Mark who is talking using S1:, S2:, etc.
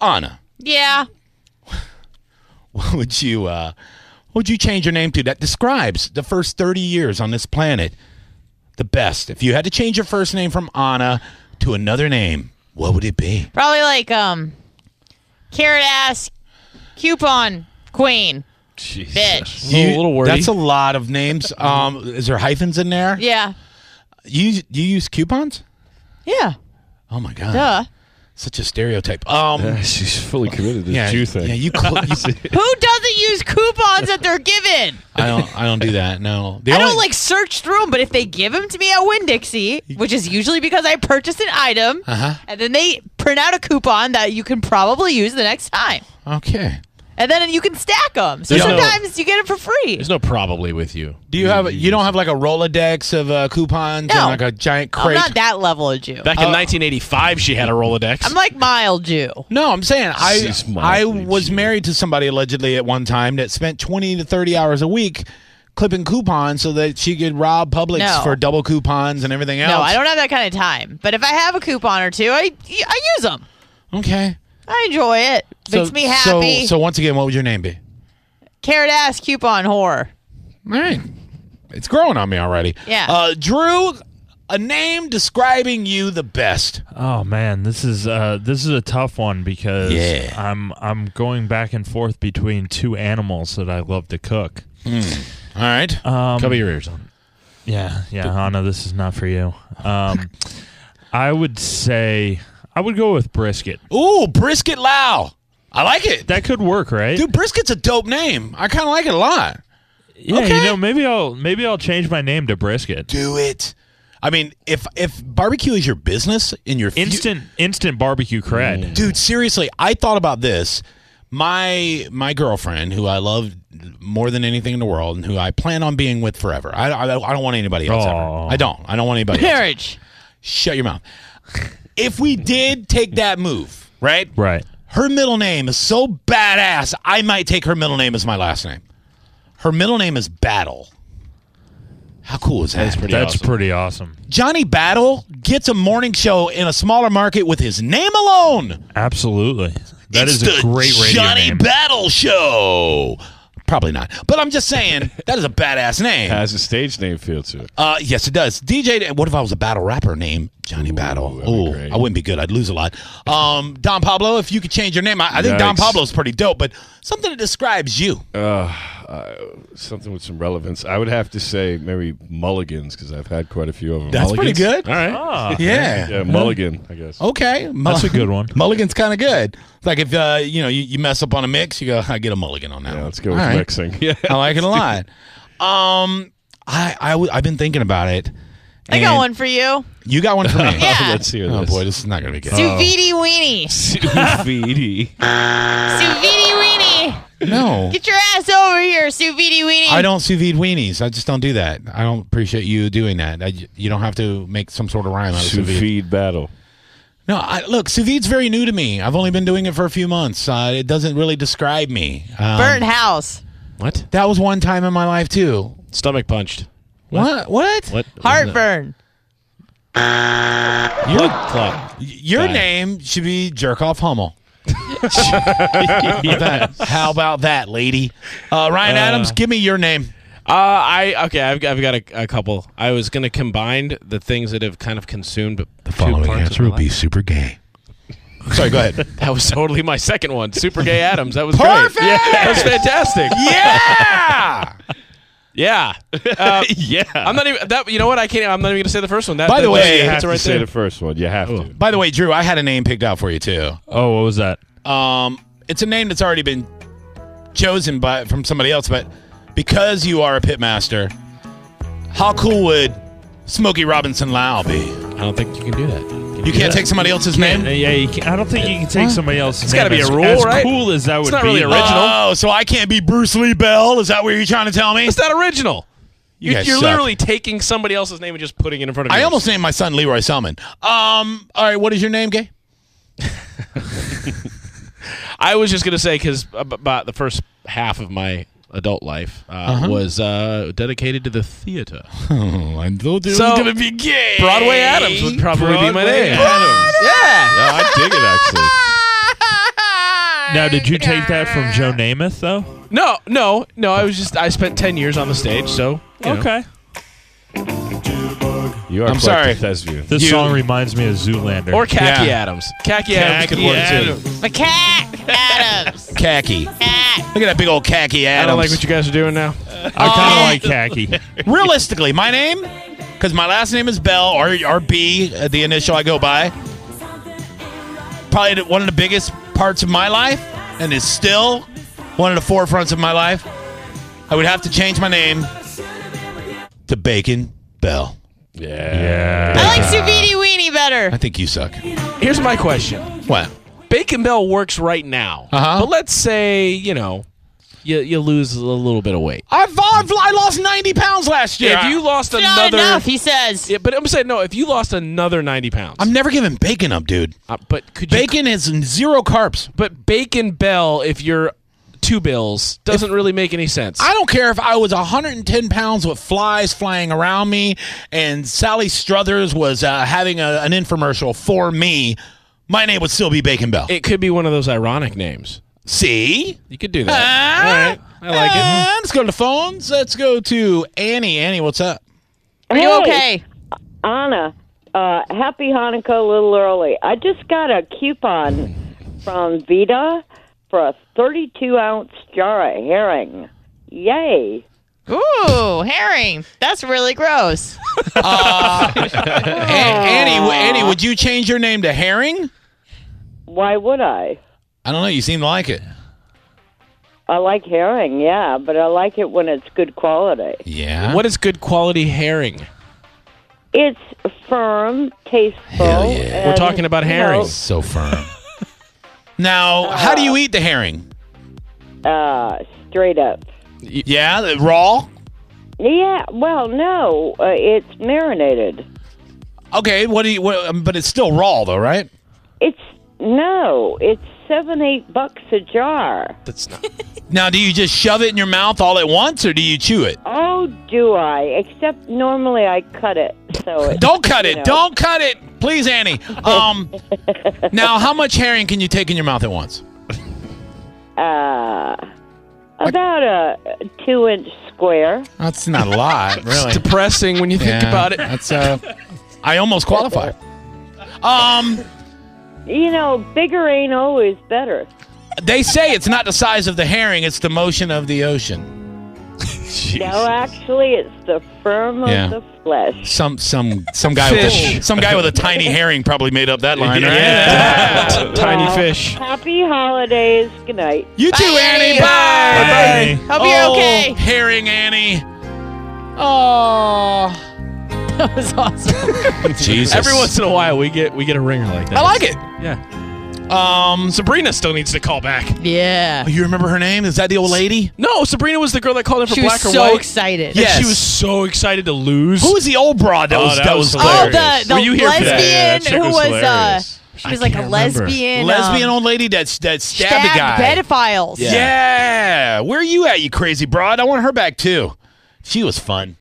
S1: Anna,
S2: Yeah.
S1: what would you uh, what would you change your name to that describes the first 30 years on this planet the best? If you had to change your first name from Anna to another name, what would it be?
S2: Probably like um carrot ass coupon queen. Bitch.
S3: A little- little wordy.
S1: That's a lot of names. Um, is there hyphens in there?
S2: Yeah.
S1: You you use coupons?
S2: Yeah.
S1: Oh my god!
S2: Duh.
S1: Such a stereotype. Um,
S3: She's fully committed to
S1: yeah,
S3: this Jew thing.
S1: yeah. You, cl- you
S2: Who doesn't use coupons that they're given?
S1: I don't. I don't do that. No. The
S2: I don't
S1: only-
S2: like search through them, but if they give them to me at Winn Dixie, which is usually because I purchased an item, and then they print out a coupon that you can probably use the next time,
S1: Okay.
S2: and then you can stack them. So
S4: There's no-
S2: sometimes you get it for free.
S4: There's no probably with you.
S1: Do you have? You don't have like a Rolodex of uh, coupons
S2: No.
S1: and like a giant
S2: I'm
S1: crate?
S2: not that level of Jew.
S4: Back in 1985, she had a Rolodex.
S2: I'm like mild Jew.
S1: no, I'm saying I
S3: She's mildly
S1: I was
S3: cheating.
S1: married to somebody allegedly at one time that spent 20 to 30 hours a week clipping coupons so that she could rob Publix
S2: No.
S1: for double coupons and everything else.
S2: No, I don't have that kind of time. But if I have a coupon or two, I I use them.
S1: Okay.
S2: I enjoy it. Makes
S1: So-
S2: me happy.
S1: So, so once again, what would your name be?
S2: Carrot ass coupon whore.
S1: All right. It's growing on me already.
S2: Yeah.
S1: Uh, Drew, a name describing you the best.
S5: Oh man, this is uh, this is a tough one because
S1: Yeah.
S5: I'm I'm going back and forth between two animals that I love to cook.
S1: All right.
S5: Um,
S4: Cover your ears on.
S5: Yeah, yeah, Hannah, this is not for you. Um, I would say I would go with brisket.
S1: Ooh, Brisket Lau. I like it.
S5: That could work, right?
S1: Dude, Brisket's a dope name. I kind of like it a lot.
S5: yeah,
S1: okay.
S5: you know, maybe I'll maybe I'll change my name to brisket.
S1: Do it. I mean, if if barbecue is your business in your fu-
S5: Instant instant barbecue cred.
S1: dude, seriously, I thought about this. My my girlfriend, who I love more than anything in the world, and who I plan on being with forever. I, I, I don't want anybody else.
S5: Aw.
S1: Ever. I don't. I don't want anybody. else.
S2: Marriage.
S1: Shut your mouth. If we did take that move, right?
S5: Right.
S1: Her middle name is so badass. I might take her middle name as my last name. Her middle name is Battle. How cool is that?
S4: That's pretty
S5: That's
S4: awesome.
S5: pretty awesome.
S1: Johnny Battle gets a morning show in a smaller market with his name alone.
S5: Absolutely. That
S1: it's
S5: is
S1: the
S5: a great radio
S1: Johnny
S5: name.
S1: Battle show. Probably not, but I'm just saying that is a badass name.
S3: Has a stage name feel to it.
S1: Uh, yes, it does. DJ. What if I was a battle rapper named Johnny Battle?
S3: that'd be
S1: Oh,
S3: great.
S1: I wouldn't be good. I'd lose a lot. Um, Don Pablo. If you could change your name, I, I think Don
S3: Yikes.
S1: Pablo's pretty dope. But something that describes you.
S3: Something with some relevance. I would have to say maybe Mulligans because I've had quite a few of them.
S1: That's pretty
S3: Mulligans?
S1: good.
S3: All right.
S5: Ah,
S1: Yeah. Oh.
S3: Yeah, Mulligan, I guess.
S1: Okay,
S5: That's a good one.
S1: Mulligan's kind of good. It's like if uh, you know you, you mess up on a mix, you go, I get a mulligan on that.
S3: Yeah,
S1: one."
S3: let's go
S1: All
S3: with
S1: right.
S3: mixing. Yeah.
S1: I like it a lot. Um, I I w- I've been thinking about it.
S2: I got
S1: and
S2: one for you.
S1: You got one for me.
S2: Yeah.
S3: Let's hear
S1: Oh
S3: this.
S1: boy, this is not gonna be good.
S2: Suvidi weenie.
S3: Suvidi.
S2: Suvidi weenie.
S1: no,
S2: Get your ass over here, sous vide weenie.
S1: I don't sous vide weenies. I just don't do that. I don't appreciate you doing that. I, you don't have to make some sort of rhyme out of sous
S3: Sous
S1: vide.
S3: vide battle.
S1: No, I, look, sous vide's very new to me. I've only been doing it for a few months. Uh, it doesn't really describe me. Um,
S2: Burnt house.
S4: What?
S1: That was one time in my life too.
S4: Stomach punched.
S1: What? What?
S4: What?
S2: Heartburn.
S4: You look club.
S1: Your
S4: Guy.
S1: name should be Jerkoff Hummel. How about that, lady? Uh, Ryan Adams, give me your name.
S4: Uh, I okay. I've, I've got a, a couple. I was gonna combine the things that have kind of consumed the two parts of my life.
S1: super gay. Sorry, go ahead.
S4: That was totally my second one. Super gay Adams. That was
S1: Perfect!
S4: great. Yeah, that was fantastic.
S1: yeah.
S4: Yeah. Uh, yeah. I'm not even that. You know what? I can't. I'm not even gonna say the first one. That,
S1: By the
S4: that-
S1: way-
S3: You
S4: that's
S3: have to
S4: right
S3: say
S4: there.
S3: the first one. You have to.
S1: By the way, Drew, I had a name picked out for you too.
S5: Oh, what was that?
S1: Um, it's a name that's already been chosen by from somebody else, but because you are a pitmaster, how cool would Smokey Robinson Lau be?
S4: I don't think you can do that. Can
S1: You
S4: do
S1: can't
S4: that?
S1: take somebody else's
S5: Uh,
S1: name.
S5: Yeah, you can, I don't think you can take somebody else's.
S4: gotta
S5: name
S4: be a
S5: as-
S4: rule,
S5: as
S4: right?
S5: Cool as that
S4: It's
S5: would
S4: not
S5: be.
S4: really original.
S1: Oh, so I can't be Bruce Lee Bell? Is that what you're trying to tell me?
S4: It's not original.
S1: You
S4: You are
S1: guys
S4: you're
S1: suck.
S4: literally taking somebody else's name and just putting it in front of.
S1: I
S4: yours.
S1: almost named my son Leroy Selman. Um, all right, what is your name, Gay?
S4: I was just gonna say because about the first half of my adult life uh,
S1: Uh-huh.
S4: was uh, dedicated to the theater.
S1: Oh, I'm so
S4: So- gonna
S1: be gay.
S4: Broadway Adams would probably be my name.
S3: Adams. Oh,
S4: Yeah.
S3: No, I dig it actually.
S5: Now, did you take that from Joe Namath though?
S4: No, no, no. I was just I spent ten years on the stage, so you know.
S5: Okay.
S3: You are
S1: I'm
S3: quite
S1: sorry.
S3: the thespian.
S5: This
S1: You-
S5: song reminds me of Zoolander.
S4: Or Khaki
S1: Yeah.
S4: Adams. Khaki Adams could
S1: Khaki
S4: work too.
S1: Adams.
S2: Macaque Adams.
S1: Khaki. Look
S2: Macaque.
S1: at that big old khaki
S4: I
S1: Adams.
S4: don't like what you guys are doing now.
S5: I kind of like khaki.
S1: Realistically, my name, because my last name is Bell or or B, uh, the initial I go by. Probably the- one of the biggest parts of my life, and is still one of the forefronts of my life. I would have to change my name to Bacon Bell.
S3: Yeah.
S5: Yeah.
S2: I like Suvini Weenie better.
S1: I think you suck.
S4: Here's my question.
S1: What?
S4: Bacon Bell works right now.
S1: Uh-huh.
S4: But let's say, you know, you, you lose a little bit of weight.
S1: I've, I've I lost ninety pounds last year.
S4: If you lost
S2: Not
S4: another.
S2: enough, he says.
S4: Yeah, but I'm saying, no, if you lost another 90 pounds.
S1: I'm never giving bacon up, dude.
S4: uh, but could you.
S1: Bacon is zero carbs.
S4: But Bacon Bell, if you're two bills, doesn't really make any sense.
S1: I don't care if I was 110 pounds with flies flying around me and Sally Struthers was uh, having a, an infomercial for me. My name would still be Bacon Bell.
S4: it could be one of those ironic names.
S1: See?
S4: You could do
S1: Ah.
S4: that. All right. I like it.
S1: And let's go to the phones. Let's go to Annie. Annie, what's up?
S2: Are you okay?
S6: Anna, uh, happy Hanukkah a little early. I just got a coupon from Vita for a 32 ounce jar of herring. Yay.
S2: Ooh, herring. That's really gross.
S1: A- Annie, w- Annie, would you change your name to Herring?
S6: Why would I?
S1: I don't know. You seem to like it.
S6: I like herring, yeah, but I like it when it's good quality.
S1: Yeah.
S4: What is good quality herring?
S6: It's firm, tasteful.
S1: Hell yeah.
S6: and,
S4: We're talking about
S6: you know,
S4: herring.
S1: So firm. now, how do you eat the herring?
S6: uh, straight up.
S1: Yeah, the- raw?
S6: Yeah, well, no, uh, it's marinated.
S1: Okay, what do you, what, um, but it's still raw though, right?
S6: It's, no, it's seven, eight bucks a jar.
S4: That's not.
S1: Now, do you just shove it in your mouth all at once, or do you chew it?
S6: Oh, do I? Except normally I cut it, so it,
S1: Don't cut
S6: you
S1: it!
S6: know.
S1: Don't cut it, please, Annie. Um, now, how much herring can you take in your mouth at once?
S6: Uh, about a two-inch square.
S1: That's not a lot, really.
S4: It's depressing when you think about it.
S1: That's uh, I almost qualify. Um,
S6: You know, bigger ain't always better.
S1: they say it's not the size of the herring; it's the motion of the ocean.
S6: No, actually, it's the firm of
S1: Yeah.
S6: the flesh.
S1: Some some some guy with a,
S4: Fish.
S1: some guy with a tiny herring probably made up that line, right?
S4: Tiny
S6: Well,
S4: fish.
S6: Happy holidays. Good night.
S1: You too,
S2: Bye,
S1: Annie.
S2: Annie.
S1: Bye. Oh,
S5: Bye.
S2: Hope you're okay.
S1: Herring Annie. Oh,
S2: That was awesome.
S1: Jesus.
S4: Every once in a while, we get we get a ringer like that.
S1: I like it.
S4: Yeah.
S1: Um,
S4: Sabrina still needs to call back.
S2: Yeah.
S1: you remember her name? Is that the old lady?
S4: No, Sabrina was the girl that called in for
S2: She was
S4: black or
S2: so
S4: white.
S2: excited.
S1: Yeah.
S4: And
S1: Yes.
S4: she was so excited to lose.
S1: Who was the old broad that
S4: Oh,
S1: was
S4: that
S1: that
S4: was
S1: was
S2: Oh,
S1: hilarious?
S2: the, the
S4: Were you here for that?
S2: lesbian
S3: Yeah, that chick
S2: who
S3: was
S2: was, uh,
S3: hilarious.
S2: she was like a
S4: can't remember.
S2: lesbian,
S1: lesbian
S2: um,
S1: old lady that that stabbed,
S2: stabbed
S1: a guy.
S2: pedophiles.
S1: yeah. where you at, you crazy broad? I want her back too. She was fun.